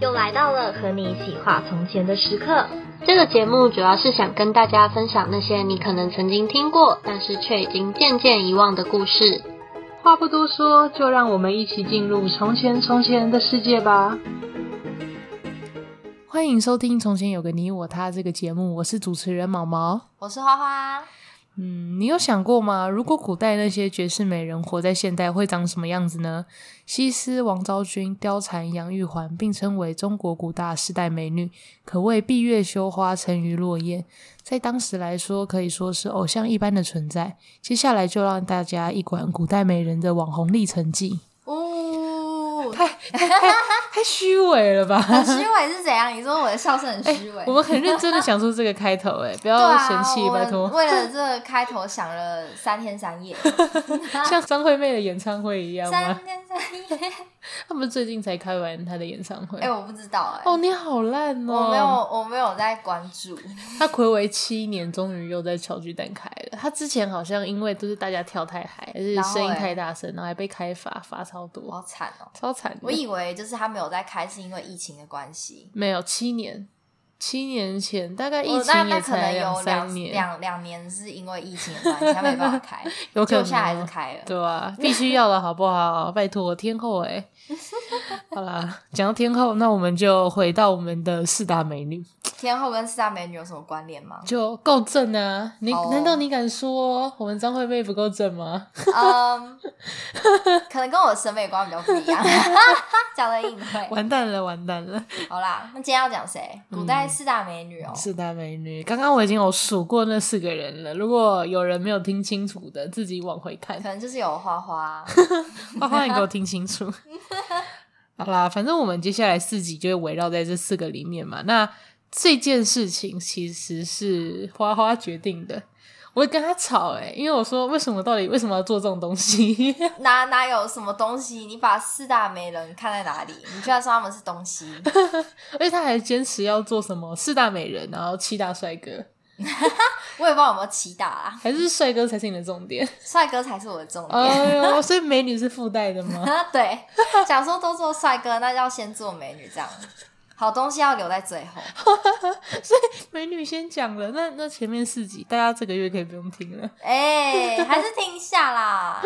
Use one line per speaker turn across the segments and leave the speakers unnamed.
又来到了和你一起画从前的时刻。
这个节目主要是想跟大家分享那些你可能曾经听过，但是却已经渐渐遗忘的故事。
话不多说，就让我们一起进入从前从前的世界吧。欢迎收听《从前有个你我他》这个节目，我是主持人毛毛。
我是花花，
嗯，你有想过吗？如果古代那些绝世美人活在现代，会长什么样子呢？西施、王昭君、貂蝉、杨玉环并称为中国古代世代美女，可谓闭月羞花，沉鱼落雁，在当时来说可以说是偶像一般的存在。接下来就让大家一管古代美人的网红历程 记，
呜、
太太太太虚伪了吧？
很哦虚伪是怎样？你说我的笑声很虚伪、
哎我们很认真的想出这个开头、哎，不
对
要
啊，
嫌弃，
我
拜托。
为了这个开头想了三天 三夜，
像张惠妹的演唱会一样吗
三？天三夜。
他们最近才开完她的演唱会。
哎、我不知道哎、
哦，你好烂哦！
我没有，我没有在关注。
他暌违七年，终于又在小巨蛋开了。他之前好像因为都是大家跳太嗨，还是
然后
声音
欸
太大声，然后还被开罚，罚超
我好
多，
惨哦！
超惨的。
我以为就是他没有在开，是因为疫情的关系。
没有七年，七年前大概疫
我哦那
情
那
也
可能
才
有
三
两
年，
两两年是因为疫情的关系，他没办法开，
有可
就
能
下来
哦
是开了。
对 啊，必须要的好不好？拜托，天后哎、好啦，讲到天后，那我们就回到我们的四大美女，？
天后跟四大美女有什么关联吗
就够正啊！你、
好哦
难道你敢说我们张惠妹不够正吗？
嗯，可能跟我的审美观比较不一样， 讲的隐晦。
完蛋了，完蛋了！
好啦，那今天要讲谁？古代四大美女哦、
四大美女，刚刚我已经有数过那四个人了。如果有人没有听清楚的，自己往回看
可。能就是有花花，
花花，你哦给我听清楚。好啦，反正我们接下来四集就会围绕在这四个里面嘛。那这件事情其实是花花决定的，我会跟他吵诶、因为我说为什么到底为什么要做这种东西？
哪哪有什么东西？你把四大美人看在哪里？你居然说他们是东西？
而且他还坚持要做什么四大美人，然后七大帅哥，
我也不知道有没有起打啦，
还是帅哥才是你的重点？
帅哥才是我的重点。
哎呦，所以美女是附带的 吗？
对，想说都做帅哥，那要先做美女，这样好东西要留在最后。
美女先讲了，那那前面四集大家这个月可以不用听了。
哎、还是听一 下啦。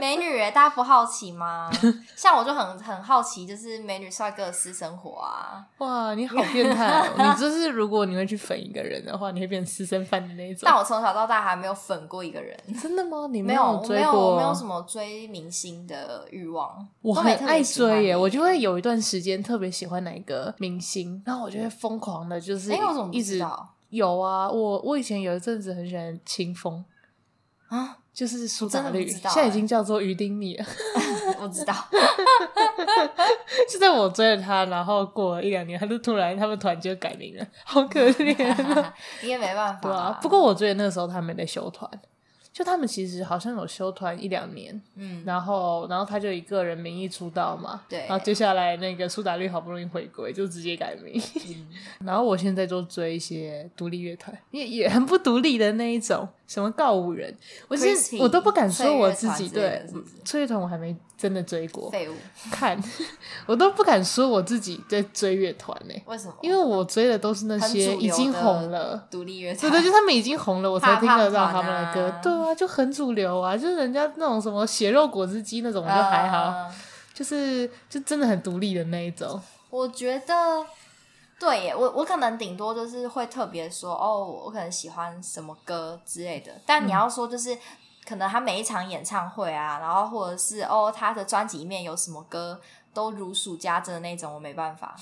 美女、欸，大家不好奇吗？像我就很很好奇，就是美女帅哥的私生活啊。
哇，你好变态、哦！你就是如果你会去粉一个人的话，你会变私生饭的那一种
但。我从小到大还没有粉过一个人，
真的吗？你
没
有
我没
追
有，
过？
我没有什，么追明星的欲望。
我
都
很
没特别
爱
喜欢
追耶，
欸
我就会有一段时间特别喜欢哪一个明星，然后我就会疯狂的，就是
哎、我怎么不
一
知
直
道
有啊。我我以前有一阵子很喜欢清风，
啊？
就是苏
真
打
的
绿，
不知道
现在已
欸
经叫做于丁米了。
我知道，
就在我追了他，然后过了一两年，他就突然他们团就改名了，好可怜、啊。
你也没办法、
对啊，不过我追的那时候他们在休团，就他们其实好像有休团一两年，
嗯，
然后然后他就以个人名义出道嘛，
对
然后接下来那个苏打绿好不容易回归，就直接改名。
嗯
然后我现在就追一些独立乐团，也也 很不独立的那一种，什么告五人，我现
Crispy，
我都不敢说我自己
翠乐
对
团之类的是不是
翠乐团，我还没真的追过，
废物，
看 我都不敢说我自己在追乐团呢、
为什么？
因为我追的都是那
很
些
主
已
流
经
的
红了。
独立乐
对
团，
对，就他们已经红了，我才
怕
听
胖
得到
团
他们的歌
啊。
对啊，就很主流啊，就是人家那种什么血肉果汁机那种，我觉得还好，
呃
就是就真的很独立的那一种。
我觉得，对耶，我我可能顶多就是会特别说哦，我可能喜欢什么歌之类的。但你要说就是，可能他每一场演唱会啊，然后或者是哦他的专辑里面有什么歌都如数家珍的那种，我没办法，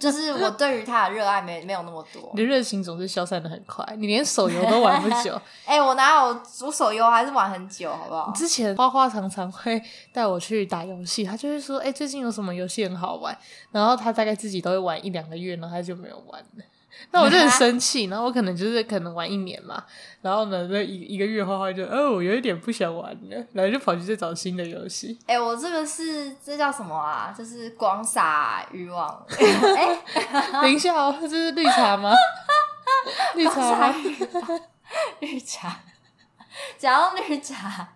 就是我对于他的热爱没没有那么多
你。的热情总是消散的很快，你连手游都玩不 久。
哎、我哪有我手游还是玩很久，好不好？
之前花花常常会带我去打游戏，他就会说：“哎、最近有什么游戏很好玩？”然后他大概自己都会玩一两个月，然后他就没有玩了。 那我就
啊
很生气，然后我可能就是可能玩一年嘛，然后呢，那一一个月花花就哦，我有一点不想玩了，然后就跑去再找新的游戏。
哎、我这个是这叫什么啊？就是广撒欲望， 哎、
等一下哦，这是绿茶吗？绿茶
茶
吗？
绿茶，讲到绿茶，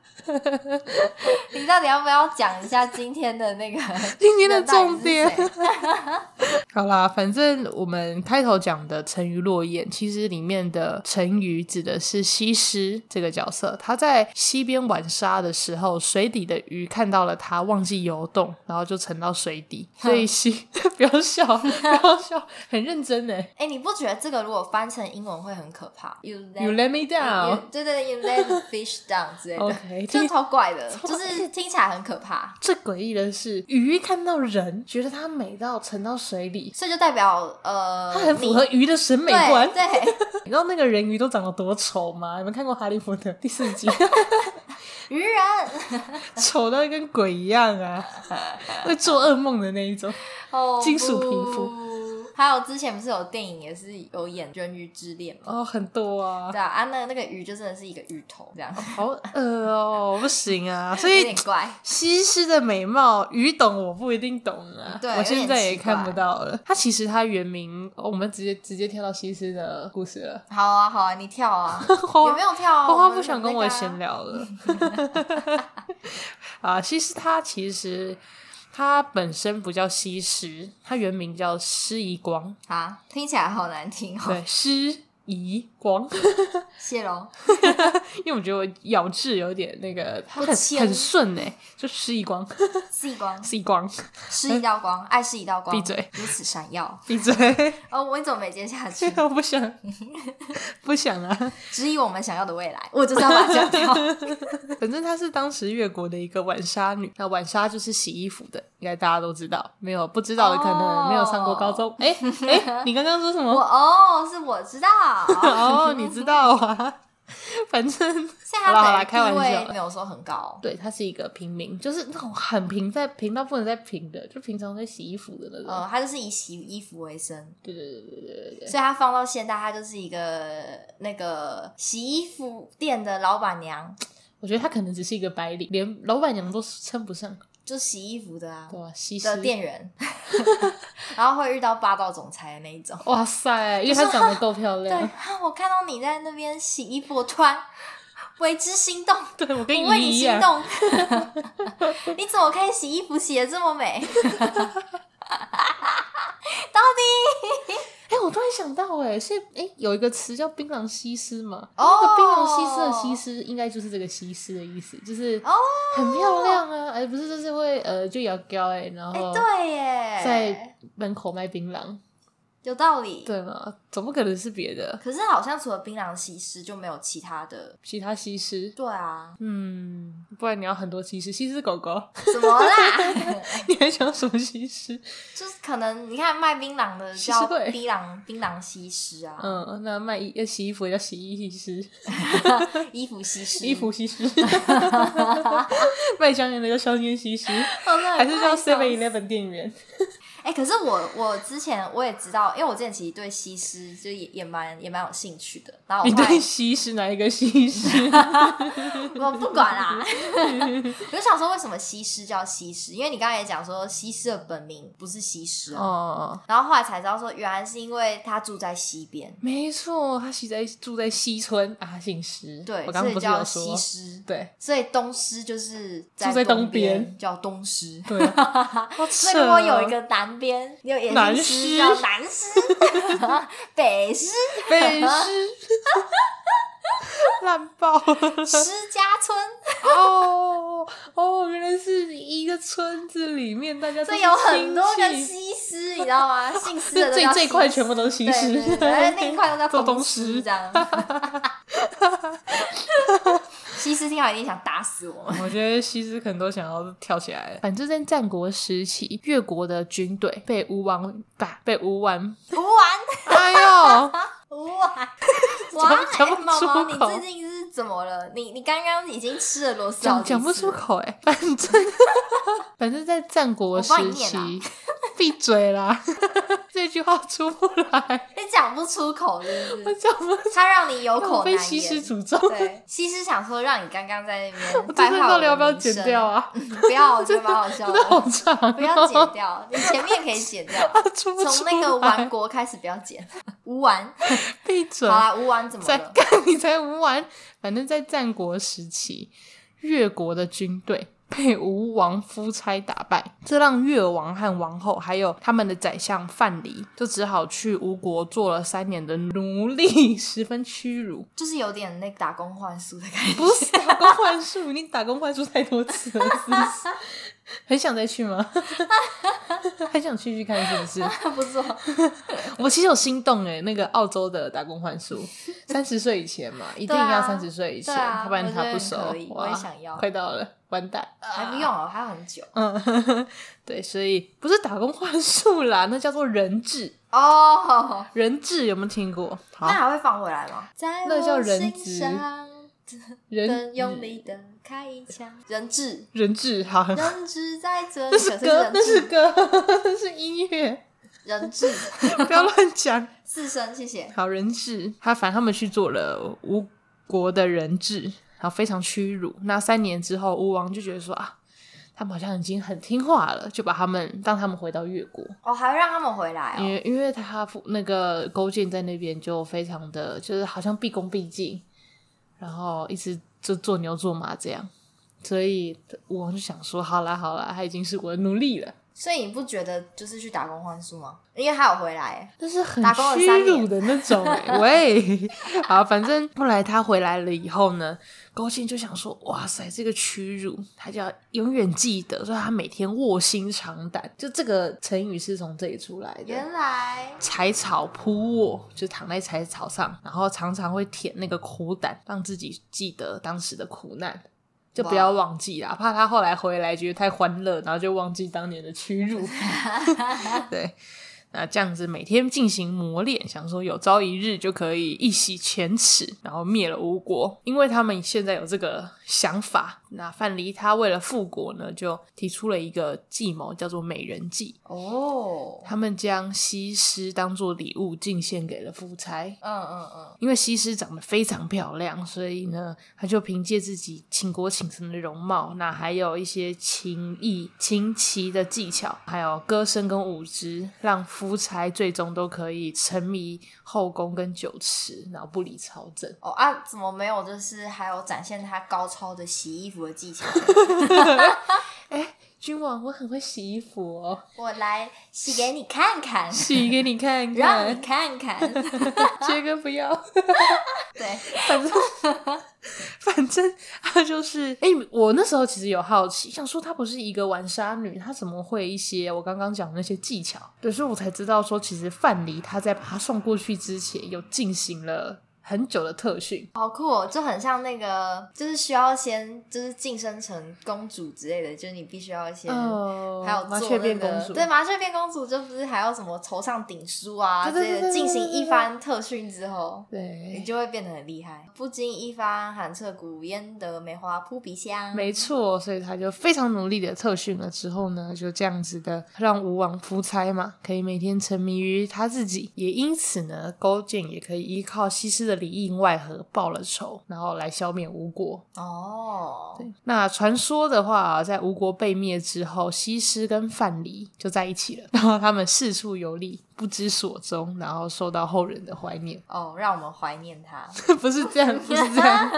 你到底要不要讲一下今天的那个
今天的重点
人到底是谁
好啦，反正我们开头讲的沉鱼落雁，其实里面的沉鱼指的是西施这个角色。她在溪边玩沙的时候，水底的鱼看到了她，忘记游动，然后就沉到水底。所以西， 不要笑，不要笑，很认真欸呢。
哎、你不觉得这个如果翻成英文会很可怕？You let,
You let me
you-
down。
对对对，You let the fish down 之类的
OK，这
真的超怪的，就是听起来很可怕，
最诡异的是，鱼看到人，觉得她美到沉到水里，
所以就代表呃，
她很符合
你
鱼的审美观。
对对，
你知道那个人鱼都长得多丑吗？你们看过《哈利波特》第四 集？
愚人，
丑到跟鬼一样 啊，会做噩梦的那一种。
哦，
金属皮肤
肤。还有之前不是有电影也是有演《人鱼之恋》吗？
哦，很多啊
对，啊，啊那那个鱼就真的是一个鱼头这样，
好恶哦，不行啊，所
有
以
点。怪。
西施的美貌，鱼懂我不一定懂啊。
对
我现在也看不
有点奇怪
到了。她其实她原名，哦我们直接直接跳到西施的故事了。
好啊，好啊，你跳 啊，
花
有没有跳啊？
花花
们
不想跟
那
我
个啊
闲聊了。啊，西施她其实她本身不叫西施，她原名叫施夷光。
啊，听起来好难听哦。
对， 施夷光。
谢喽，
因为我觉得我咬字有点那个，它
不
很
清
很顺哎、就失一光，
是一光，
失一光，
是一道光，爱是一道光，
闭嘴，
如此闪耀。
闭嘴！
哦，我怎么没接 下去？
我不想，不想啊。
指引我们想要的未来，我就是要把它 讲掉。
反正她是当时越国的一个浣纱女，那浣纱就是洗衣服的，应该大家都知道。没有不知道的，可能没有上过高 中。哎哎、你刚刚说什
我
么？
哦，是我知道。
哦，你知道啊。反正
现
好
在
啦好
他
啦开玩
可能地
笑
位没有说很高，
对，她是一个平民，就是那种很平在平到不能再平的，就平常在洗衣服的那种。
呃，他就是以洗衣服为生，
对对对对对对对。
所以他放到现在，他就是一个那个洗衣服店的老板娘，
我觉得他可能只是一个白领，连老板娘都称不上，
就洗衣服的啊
对。吧、西施
的店员， 然后会遇到霸道总裁的那一种。
哇塞，因为她长 得够漂
对
亮。
啊，我看到你在那边洗衣服，我突然为之心动，
对，我跟
我为
姨
你
一
心
样，
动。 你怎么可以洗衣服洗的这么美？到底
哎、我突然想到、哎，是哎、有一个词叫“槟榔西施”嘛，
哦
那个“槟榔西施”的“西施”应该就是这个“西施”的意思，就是
哦
很漂亮啊，哎、不是就是会呃就摇高哎，然
哎、
后
对耶，
在门口卖槟榔，
有道理。
对吗？总不可能是别的，
可是好像除了槟榔西施就没有其他的。
其他西施，
对啊，
嗯，不然你要很多西施，西施狗 狗，
怎么 啦？
你还想什么西施？
就是可能你看卖槟榔的
西施
叫
会
槟榔槟榔西施啊，
嗯，那卖衣要洗衣服也叫洗衣西
嗯
施，
衣服西施，
衣服西 施，卖香烟的叫香烟西施，
哦那
还是叫
太少
Seven Eleven 店员？
哎、可是我我之前我也知道，因为我之前其实对西施就也也蛮也蛮有兴趣的。然后
你
我后
对
来
西施哪一个西 施？
我不管啦， 我就想说为什么西施叫西施？因为你刚才也讲说西施的本名不是西施啊。
哦，
然后后来才知道说，原来是因为他住在西边，
没错，他其实在住在西村啊，他姓施。
对，
我刚
所
刚
以
不是
叫
有
西
说？
施。
对
所以东施就是
住在
东
东边
叫 东施。
对啊，好
所以
扯
如果有
哦
一个南边，有也
南
施
施
叫南施， 北施
哦北 施，烂爆了
施家村，
哦哦，原来是一个村子里面大家都
所
是
以有很多个
亲戚
西施，你知道吗？ 姓施的
这
都
这
叫
这一
西
块
施
全部都是西施
对对对然后另一块都 叫
做
东
东施
这样。 西施听到一定想打死我们。
我觉得西施可能都想要跳起来了。反正，在战国时期，越国的军队被吴王打，被吴王，
不玩
哎呦，
不玩，哇！
讲不
毛
出
毛，你
口
最近是怎么了？你你刚刚已经吃了螺丝好
讲
几
讲不
次
出
了。
口哎、反 正反正，在战国时
我帮你念
期
啦，
闭嘴啦， 这句话出不来，
你讲不出口，是不
我
是？
讲不出
他让你有
口，
口难
被西施
言。
诅咒。
对，西施想说让你刚刚在那
我
边
这
败
段
坏
到
我
底要不
的
要
名
剪
声
掉？啊？
不要，我 觉得蛮好笑
真的好
的。
长哦，
不 要剪掉，你前面可以剪掉。
出不出
从那个
来
玩国开始不要剪，无玩。
闭嘴
好。啦，无玩怎么
在
了？
干你才无完。反正，在战国时期，越国的军队被吴王夫差打败，这让越王和王后还有他们的宰相范蠡就只好去吴国做了三年的奴隶，十分屈辱。
就是有点那个打工换宿的感觉。
不是打工换宿， 你打工换宿太多次了，是不是？ 很想再去吗？很想去去看，是不是？
不错，
我其实有心动哎，那个澳洲的打工换 宿，三十岁以前嘛，一定要三十岁以前，
啊对啊
要不然他不熟
我觉得很可以。
哇
我也想要
快到了，完蛋。
还不用哦，还有很久
嗯， 对，所以不是打工换宿啦，那叫做人质。
哦。
人质有没有听过？好
那，还会放回来吗？在
那叫
我
人
心
质
上
人
更用力的开一枪，人质，
人质好，很好
人质在这里，
那
可
是
是
歌，
人
那是
质，
歌，
嗯
那是音乐，
人质，
不要乱讲。
四声，谢谢。
好人质，他反正他们去做了吴国的人质，然后非常屈辱。那三年之后，吴王就觉得说啊，他们好像已经很听话了，就把他们让他们回到越国，
哦，还会让他们回来
因
哦。
为因为他父那个勾践在那边就非常的就是好像毕恭毕敬，然后一直就做牛做马这样，所以吴王就想说，好啦好啦，他已经是我的奴隶了。
所以你不觉得就是去打工换宿吗？因为他有回来，
但是很
打工了
屈
三
辱
年
的那种、 欸。喂，好，反正后来他回来了以后呢，高进就想说，哇塞，这个屈辱，他就要永远记得，所以他每天卧薪尝胆。就这个成语是从这里出来的。
原来
柴草铺卧，就躺在柴草上，然后常常会舔那个苦胆，让自己记得当时的苦难，就不要忘记啦，怕他后来回来觉得太欢乐，然后就忘记当年的屈辱。 对，那这样子每天进行磨练，想说有朝一日就可以一洗前耻，然后灭了吴国。因为他们现在有这个想法，那范蠡他为了复国呢，就提出了一个计谋，叫做美人计。
哦，
他们将西施当做礼物进献给了夫差。
嗯嗯嗯，
因为西施长得非常漂亮，所以呢，她就凭借自己倾国倾城的容貌，那还有一些琴艺、琴棋的技巧，还有歌声跟舞姿，让夫差最终都可以沉迷后宫跟酒池，然后不理朝政。
哦啊，怎么没有？就是还有展现他高超的洗衣服的技巧。
君王，我很会洗衣服哦，
我来洗给你看 看，
洗给你看
让你
看，
看看。
杰哥不要。
对，
反正反正她就是，哎、我那时候其实有好奇，想说她不是一个玩沙女，她怎么会一些我刚刚讲的那些技巧？对，所以我才知道说，其实范蠡他在把她送过去之前，有进行了很久的特训。
好酷哦，就很像那个，就是需要先就是晋升成公主之类的，就是你必须要先。
哦
还有
麻
做
雀
那
变
个
公主，
对，麻雀变公主就不是还要什么头上顶书啊之
对对对
类
对
的，进行
对对
一
对
番特训之后，你
对，
就会变得很厉害。不经一番寒彻骨，焉得梅花扑鼻香。
没错，所以他就非常努力的特训了之后呢，就这样子的让吴王夫差嘛，可以每天沉迷于他自己，也因此呢，勾践也可以依靠西施的里应外合报了仇，然后来消灭吴国。
哦，
那传说的话啊，在吴国被灭之后，西施跟范蠡就在一起了，然后他们四处游历，不知所踪，然后受到后人的怀念。
哦，让我们怀念他。
不是 这样，不是这样。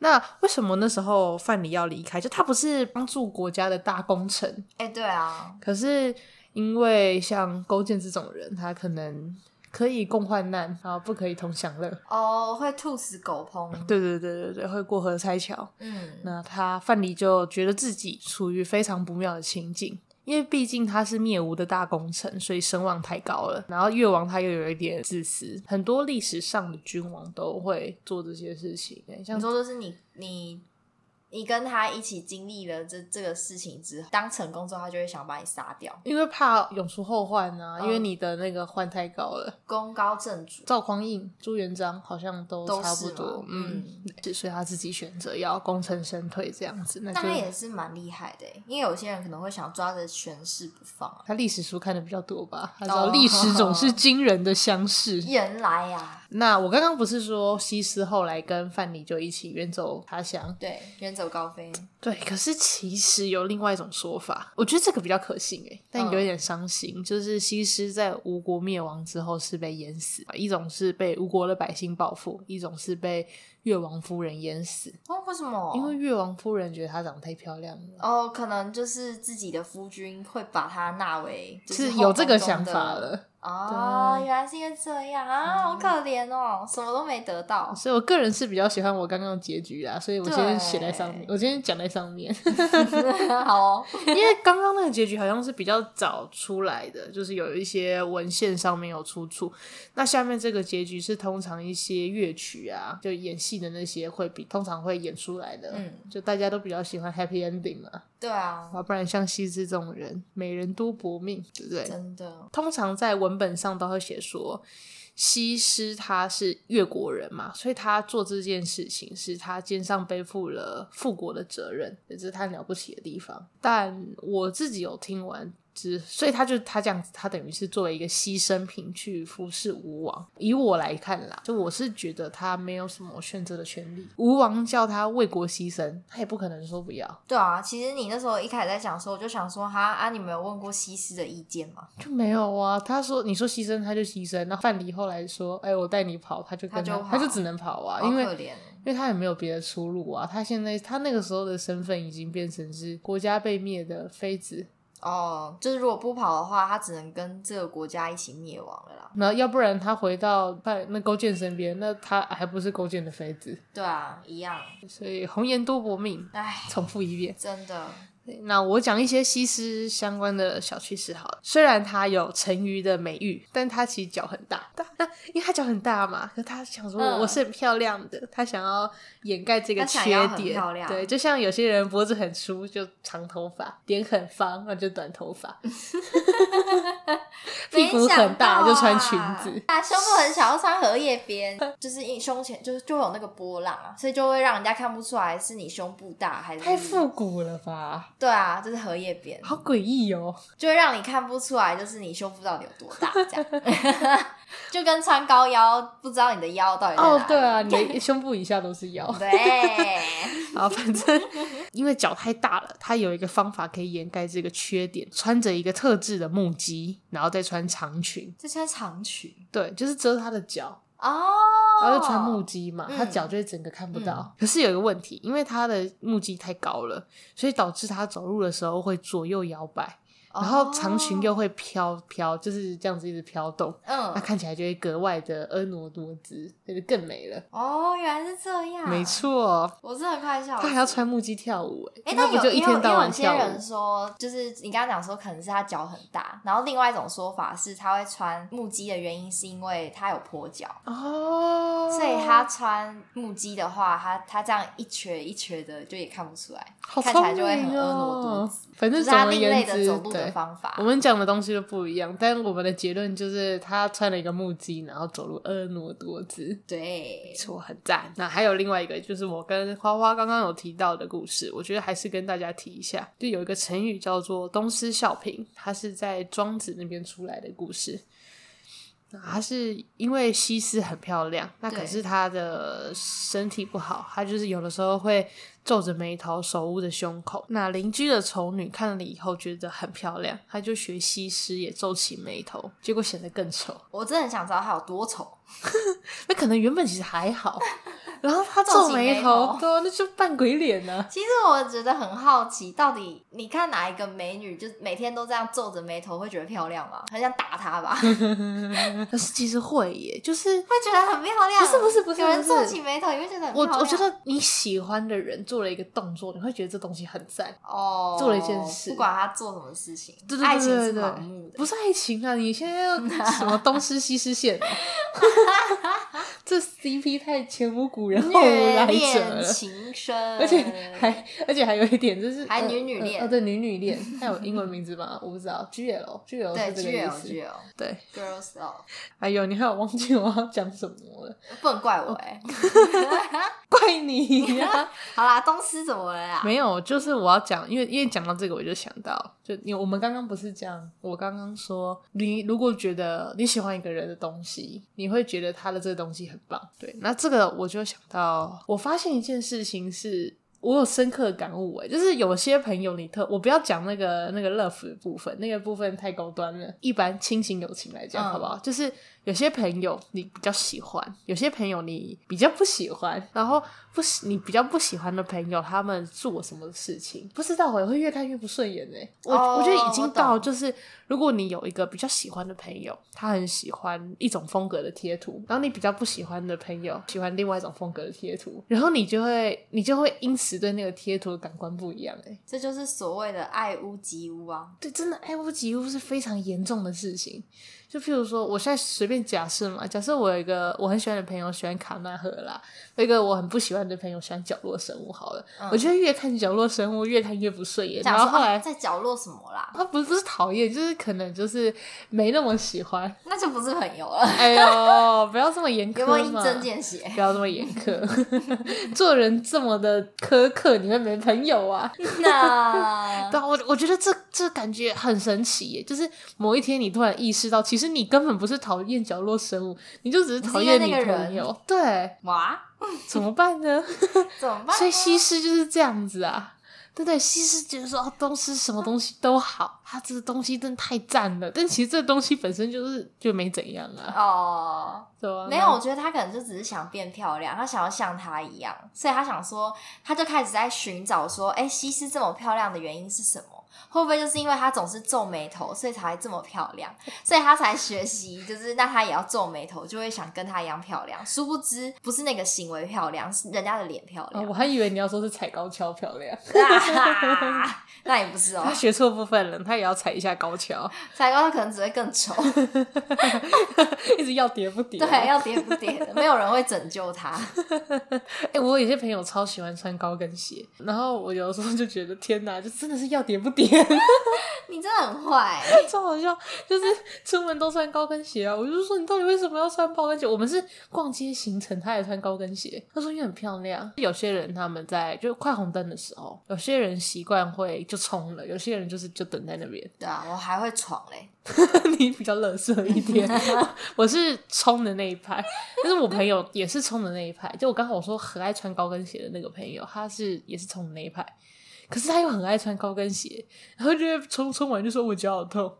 那为什么那时候范蠡要离开？就他不是帮助国家的大功臣，
哎、对啊，
可是因为像勾践这种人，他可能可以共患难，然后不可以同享乐。
哦，会兔死狗烹。，
对对对对对，会过河拆桥。
嗯，
那他范蠡就觉得自己处于非常不妙的情境，因为毕竟他是灭吴的大功臣，所以声望太高了。然后越王他又有一点自私，很多历史上的君王都会做这些事情、欸像
你说就是你你你跟他一起经历了这这个事情之后，当成功之后，他就会想把你杀掉。
因为怕永除后患啊，
嗯
因为你的那个患太高了。
功高震主，
赵匡胤、朱元璋好像都
都
差
是
不多
嘛，
嗯，是所以他自己选择要功成身退这样子，那
但他
就
也是蛮厉害的欸，因为有些人可能会想抓着权势不放啊。
他历史书看的比较多吧，他知
哦
道历史总是惊人的相似。
原来啊呀、
那我刚刚不是说西施后来跟范蠡就一起远走他乡，
对，远走高飞。
对，可是其实有另外一种说法，我觉得这个比较可信诶，但
嗯
有一点伤心。就是西施在吴国灭亡之后是被淹死，一种是被吴国的百姓报复，一种是被越王夫人淹死，
哦，为什么？
因为越王夫人觉得她长得太漂亮了。
哦，可能就是自己的夫君会把他纳为，就是是
有
后
这
宫
个
中
想
的
法了，
哦，
对嗯
原来是因为这样啊，好可怜哦，什么都没 得到。
所以我个人是比较喜欢我刚刚的结局啊啦，所以我今天写在上面，
对
我今天讲在上面，
好哦，
因为刚刚那个结局好像是比较早出来的，就是有一些文献上面有出处。那下面这个结局是通常一些乐曲啊，就演戏的那些会比通常会演出来的，
嗯
就大家都比较喜欢 happy ending 嘛，
对啊，
啊，不然像西施这种人，美人多薄命，对不对？
真的，
通常在文本上都会写说，西施她是越国人嘛，所以她做这件事情是她肩上背负了复国的责任，也是她了不起的地方。但我自己有听完。之，所以她就她这样子，她等于是作为一个牺牲品去服侍吴王。以我来看啦，就我是觉得她没有什么选择的权利。吴王叫她为国牺牲，她也不可能说不要，
对啊。其实你那时候一开始在讲的时候，我就想说，哈啊，你们有问过西施的意见吗？
就没有啊，他说你说牺牲他就牺牲，那范蠡后来说，哎、我带你跑，他就跟
他
他
就跑
他就只能跑啊，
好
因为
可怜哦
因为他也没有别的出路啊。他现在他那个时候的身份已经变成是国家被灭的妃子，
哦，就是如果不跑的话，他只能跟这个国家一起灭亡了啦。
那要不然他回到范那勾践身边，那他还不是勾践的妃子？
对啊，一样，
所以红颜多薄命，
唉，
重复一遍。
真的，
对那我讲一些西施相关的小趣事好了。虽然它有成鱼的美誉，但它其实脚很大，大那因为它脚很大嘛，可她想说
嗯
我是很漂亮的，她想要掩盖这个
她
缺
想要很
点
漂。亮
对，就像有些人脖子很粗就长头发，脸很方那就短头 发，屁股很
啊
大就穿裙
没
子
想。到啊，啊胸部很小要穿荷叶边， 就是因胸前就是就会有那个波浪啊，所以就会让人家看不出来是你胸部大还是
太复古了吧，
对啊，就是荷叶边，
好诡异哦！
就会让你看不出来，就是你胸部到底有多大，这样 就跟穿高腰不知道你的腰到底在哪
哦
里，
对啊，你的胸部以下都是腰。
对，
啊，反正因为脚太大了，它有一个方法可以掩盖这个缺点，穿着一个特制的木屐，然后再穿长裙，
这穿长裙
对，就是遮她的脚，
哦，
然后就穿木屐嘛，
嗯
她脚就会整个看不到。可是有一个问题，因为她的木屐太高了，所以导致她走路的时候会左右摇摆，
哦，
然后长裙又会飘飘，就是这样子一直飘动。
嗯
那，看起来就会格外的婀娜多姿，那就更美了。
哦，原来是这样，
没，错，
我真的快笑死，
她还要穿木屐跳舞、欸，
哎、
那
但
不
有
就一
也有
天
也
到
有
晚
些
跳舞？
人说，就是你刚刚讲说，可能是他脚很大，然后另外一种说法是他会穿木屐的原因是因为他有跛脚，
哦，
所以他穿木屐的话，他他这样一瘸一瘸的，就也看不出来，
好
看起来就会很婀娜多姿。
姿。反
这
正
是
总
他
而
另
言
类
之，
的走路的
对
方法
我。们讲的东西都不一样，但我们的结论就是他穿了一个木屐，然后走路婀娜多姿。
对
没，错，很赞。那还有另外一个，就是我跟花花刚刚有提到的故事，我觉得还是跟大家提一下。就有一个成语叫做“东施效颦”，它是在庄子那边出来的故事。那她是因为西施很漂亮，那可
对
是她的身体不好，她就是有的时候会皱着眉头，手捂着胸口。那邻居的丑女看了以后觉得很漂亮，她就学西施也皱起眉头，结果显得更丑。
我真的很想知道他有多丑，
那可能原本其实还 好，然后他
皱
皱
起
眉
眉
头
头，
对啊，那就扮鬼脸呢、
其实我觉得很好奇，到底你看哪一个美女，就每天都这样皱着眉头，会觉得漂亮吗？很想打 她吧，会
可是其实会耶，就是
觉得很漂亮。
不是不是不是
有人
不是
皱起眉头，你会觉得很
我
漂
我觉
亮
得你喜欢的人做了一个动作，你会觉得这东西很赞。
哦，
做了一件事
不管他做什么事情，
对对
爱
对
情
对
是
对
盲目的，
不是爱情啊！你现在要什么东施西施 线、啊？这 CP 太前无古人 后无
虐
来者
恋
了，
情深，
而且还而且还有一点就是
还
呃
女女
呃
恋
哦，对女女恋，它有英文名字吗？我不知道，GL GL
对
是这个意
GL
思，
GL
对。
Girls Love，
哎呦，你还有忘记我要讲什么了？
不能怪我哎。
嗯怪你呀、
好啦，东施怎么了啦？
没有，就是我要讲，因为因为讲到这个，我就想到，就你我们刚刚不是讲，我刚刚说，你如果觉得你喜欢一个人的东西，你会觉得他的这个东西很棒，对。那这个我就想到，我发现一件事情是。我有深刻的感悟哎，就是有些朋友你特，我不要讲那个那个 love 的部分，那个部分太高端了。一般清醒友情来讲，
嗯
好不好？就是有些朋友你比较喜欢，有些朋友你比较不喜欢，然后不喜你比较不喜欢的朋友，他们做什么事情，不知道我会越看越不顺眼哎。我、
哦
我觉得已经到
我懂
就是，如果你有一个比较喜欢的朋友，他很喜欢一种风格的贴图，然后你比较不喜欢的朋友喜欢另外一种风格的贴图，然后你就会你就会因此对那个贴图的感官不一样、欸。哎，
这就是所谓的爱屋及乌啊。
对，真的爱屋及乌是非常严重的事情。就譬如说，我现在随便假设嘛，假设我有一个我很喜欢的朋友喜欢卡纳赫拉，有一个我很不喜欢的朋友喜欢角落生物，好了，
嗯
我就会越看角落生物越看越不顺眼，
讲
然
说
后后来。
啊在角落什么啦，
啊，不是不是讨厌，就是可能就是没那么喜 欢。
那就不是朋友了。
哎呦，不要这么严苛
有没有一
嘛
针 见血？
不要这么严苛， 做人这么的苛刻，你会没朋友啊？
那
对啊，我我觉得这这感觉很神奇耶，就是某一天你突然意识到，其实你根本不是讨厌角落生物，你就只是讨厌
你是因为那个人
朋友。对，
哇，
怎么办呢？
怎么办？
所以西施就是这样子啊，对不对？西施觉得说哦，东施什么东西都好，他这个东西真的太赞了，但其实这东西本身就是就没怎样啊，
哦，
对啊吧、
没有，我觉得她可能就只是想变漂亮，她想要像她一样，所以她想说，她就开始在寻找说，哎，西施这么漂亮的原因是什么？会不会就是因为她总是皱眉头，所以才会这么漂亮？所以她才学习，就是那她也要皱眉头，就会想跟她一样漂亮。殊不知，不是那个行为漂亮，是人家的脸漂
啊
亮。
我还以为你要说是踩高跷漂亮，
哦啊那也不是哦
他，学错部分了，他也要踩一下高跷，
踩高她可能只会更丑。
一直要跌不跌。啊
对，要跌不跌的，没有人会拯救她。
哎、我有些朋友超喜欢穿高跟鞋，然后我有的时候就觉得天哪，就真的是要跌不跌，
你真的很 坏、欸
超好笑。就是出门都穿高跟鞋啊，我就说你到底为什么要穿高跟鞋？我们是逛街行程，他也穿高跟鞋。他说因为很漂亮。有些人他们在就快红灯的时候，有些人习惯会就冲了，有些人就是就等在那边。
对啊，我还会闯嘞、
你比较乐色一点，我是冲的那一派，但是我朋友也是冲的那一派。就我刚好我说很爱穿高跟鞋的那个朋友，他是也是冲的那一派，可是他又很爱穿高跟鞋，然后就会冲冲完就说我脚好痛，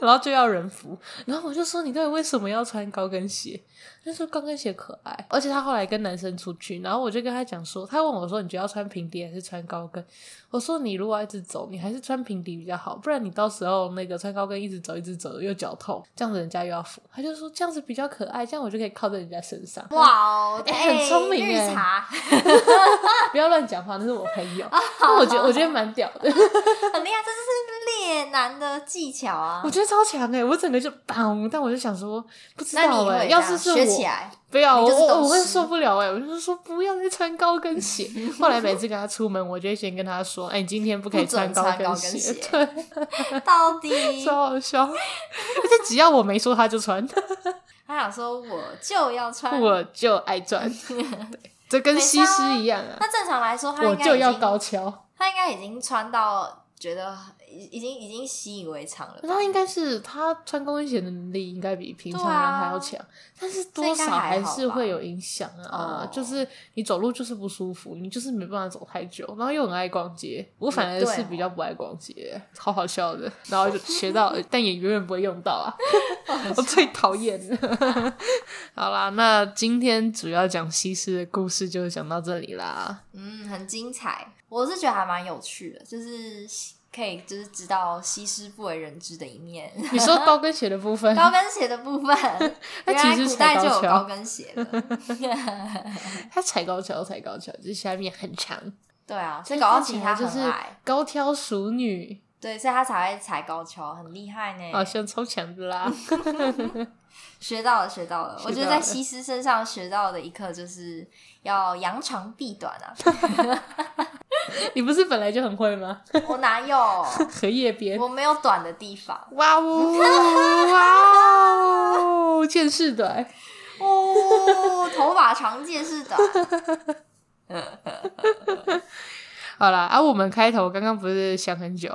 然后就要人扶，然后我就说你到底为什么要穿高跟鞋？他说高跟鞋可爱，而且他后来跟男生出去，然后我就跟他讲说，他问我说你觉得要穿平底还是穿高跟？我说你如果要一直走，你还是穿平底比较好，不然你到时候那个穿高跟一直走一直走又脚痛，这样子人家又要扶。他就说这样子比较可爱，这样我就可以靠在人家身上。
哇哦，
欸
哎
很聪明
绿
欸
茶
不要乱讲话，那是我朋友。那我觉得我觉得蛮屌的，
很厉害，这就是猎男的技巧啊
我。觉得超强哎、我整个就砰！但我就想说，不知
那你
道
会
哎、
这
要
样
是是我
学起来，
不要，
你
我
就是
我
懂
我会
事
受不了哎、我就说不要再穿高跟 鞋。后来每次跟他出门，我就会先跟他说，哎、你今天不可以
不准
高
穿高跟
鞋，
鞋
对，
到 底
超好笑。而且只要我没说，他就穿，
他想说我就要穿。
我就爱穿。 对，这跟西施一样啊，
那正常来说，他
我
应该
就
已
要
经
高跷。
他应该已经穿到觉得已已经已经习以为常了吧。
那应该是他穿高跟鞋的能力应该比平常人还要强，但是多少还是会有影响啊
哦。
就是你走路就是不舒服，你就是没办法走太久，然后又很爱逛街。我反而
也对
是
哦
比较不爱逛街，好好笑的。然后就学到，但也永远不会用到啊。我最讨厌 了。好啦，那今天主要讲西施的故事就讲到这里啦。
嗯，很精彩，我是觉得还蛮有趣的，就是可以就是知道西施不为人知的一面。
你说高跟鞋的部分，
高跟鞋的部分，
那
原
其
来
实
古
踩
代
高
就有
跷
高跟鞋了。
它踩高跷，踩高跷，就是下面很长。
对啊，所以搞到其他
就
很
是
矮。
高挑熟女，哦
对，所以他才会踩高跷，很厉害呢。
好像超强的啦。
学到了，学到了。
学
我觉得
到了
在西施身上学到的一课就是要扬长避短 啊！
你不是本来就很会吗？
我哪有？
荷叶边，
我没有短的地方
哇 哦哇哦，见识短。
哦，头发长见识短。
好啦，啊，我们开头刚刚不是想很久，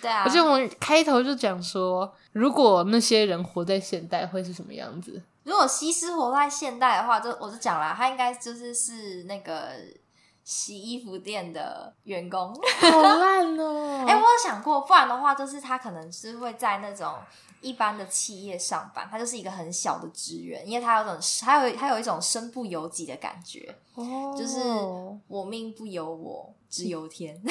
对啊
而， 且我们开头就讲说，如果那些人活在现代会是什么样子？
如果西施活在现代的话，就我就讲了，她应该就是是那个洗衣服店的员工。
好烂哦、
哎、我有想过，不然的话，就是他可能是会在那种一般的企业上班，他就是一个很小的职员，因为他有种，他有他有一种身不由己的感觉，
哦
就是我命不由我，只由天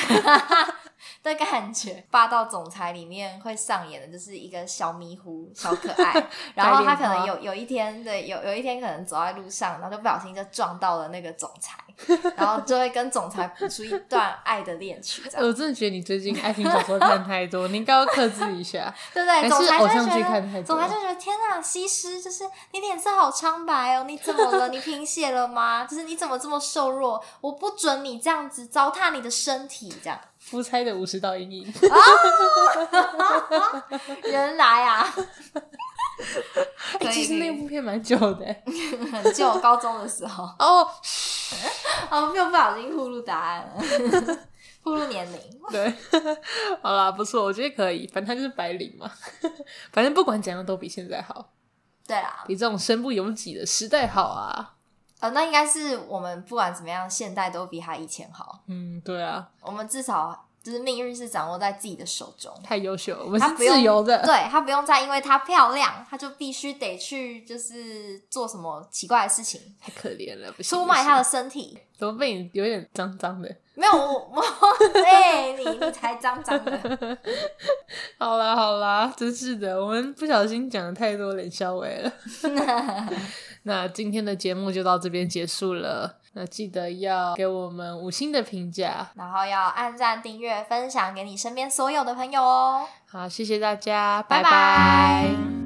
的感觉。霸道总裁里面会上演的就是一个小迷糊、小可爱，然后他可能有有一天，对，有有一天可能走在路上，然后就不小心就撞到了那个总裁，然后就会跟总裁谱出一段爱的恋曲，这样。
呃我真的觉得你最近爱情小说看太 多，你应该要克制一下。
对不
还
对？
是
总裁就
偶像
会觉
剧
得
看太多
总裁就觉得天哪，西施就是你脸色好苍白哦，你怎么了？你贫血了吗？就是你怎么这么瘦弱？我不准你这样子糟蹋你的身体，这样。
夫差的五十道阴影，
原来啊，可
哎，
以
其实那部片蛮久的。
很旧，高中的时 候，
哦，
哦，又不小心暴露答案了， 暴露年龄。
对，好啦，不错，我觉得可以，反正他就是白领嘛， 反正不管怎样都比现在好，
对啦，
比这种身不由己的时代好啊。
呃，那应该是我们不管怎么样，现代都比他以前好。
嗯，对啊，
我们至少就是命运是掌握在自己的手中。
太优秀了，我们
他
是
不用
自由 的。
对他不用再因为她漂亮，他就必须得去就是做什么奇怪的事情，
太可怜了，不行
出卖他，的
不行
身体。
怎么被你有点脏脏的？
没有我我哎、你你才脏脏的，
好啦好啦，真是的，我们不小心讲了太多冷笑话 了。那今天的节目就到这边结束了。那记得要给我们五星的评价，
然后要按赞、订阅、分享给你身边所有的朋友哦，
好，谢谢大家，
拜
拜
拜
拜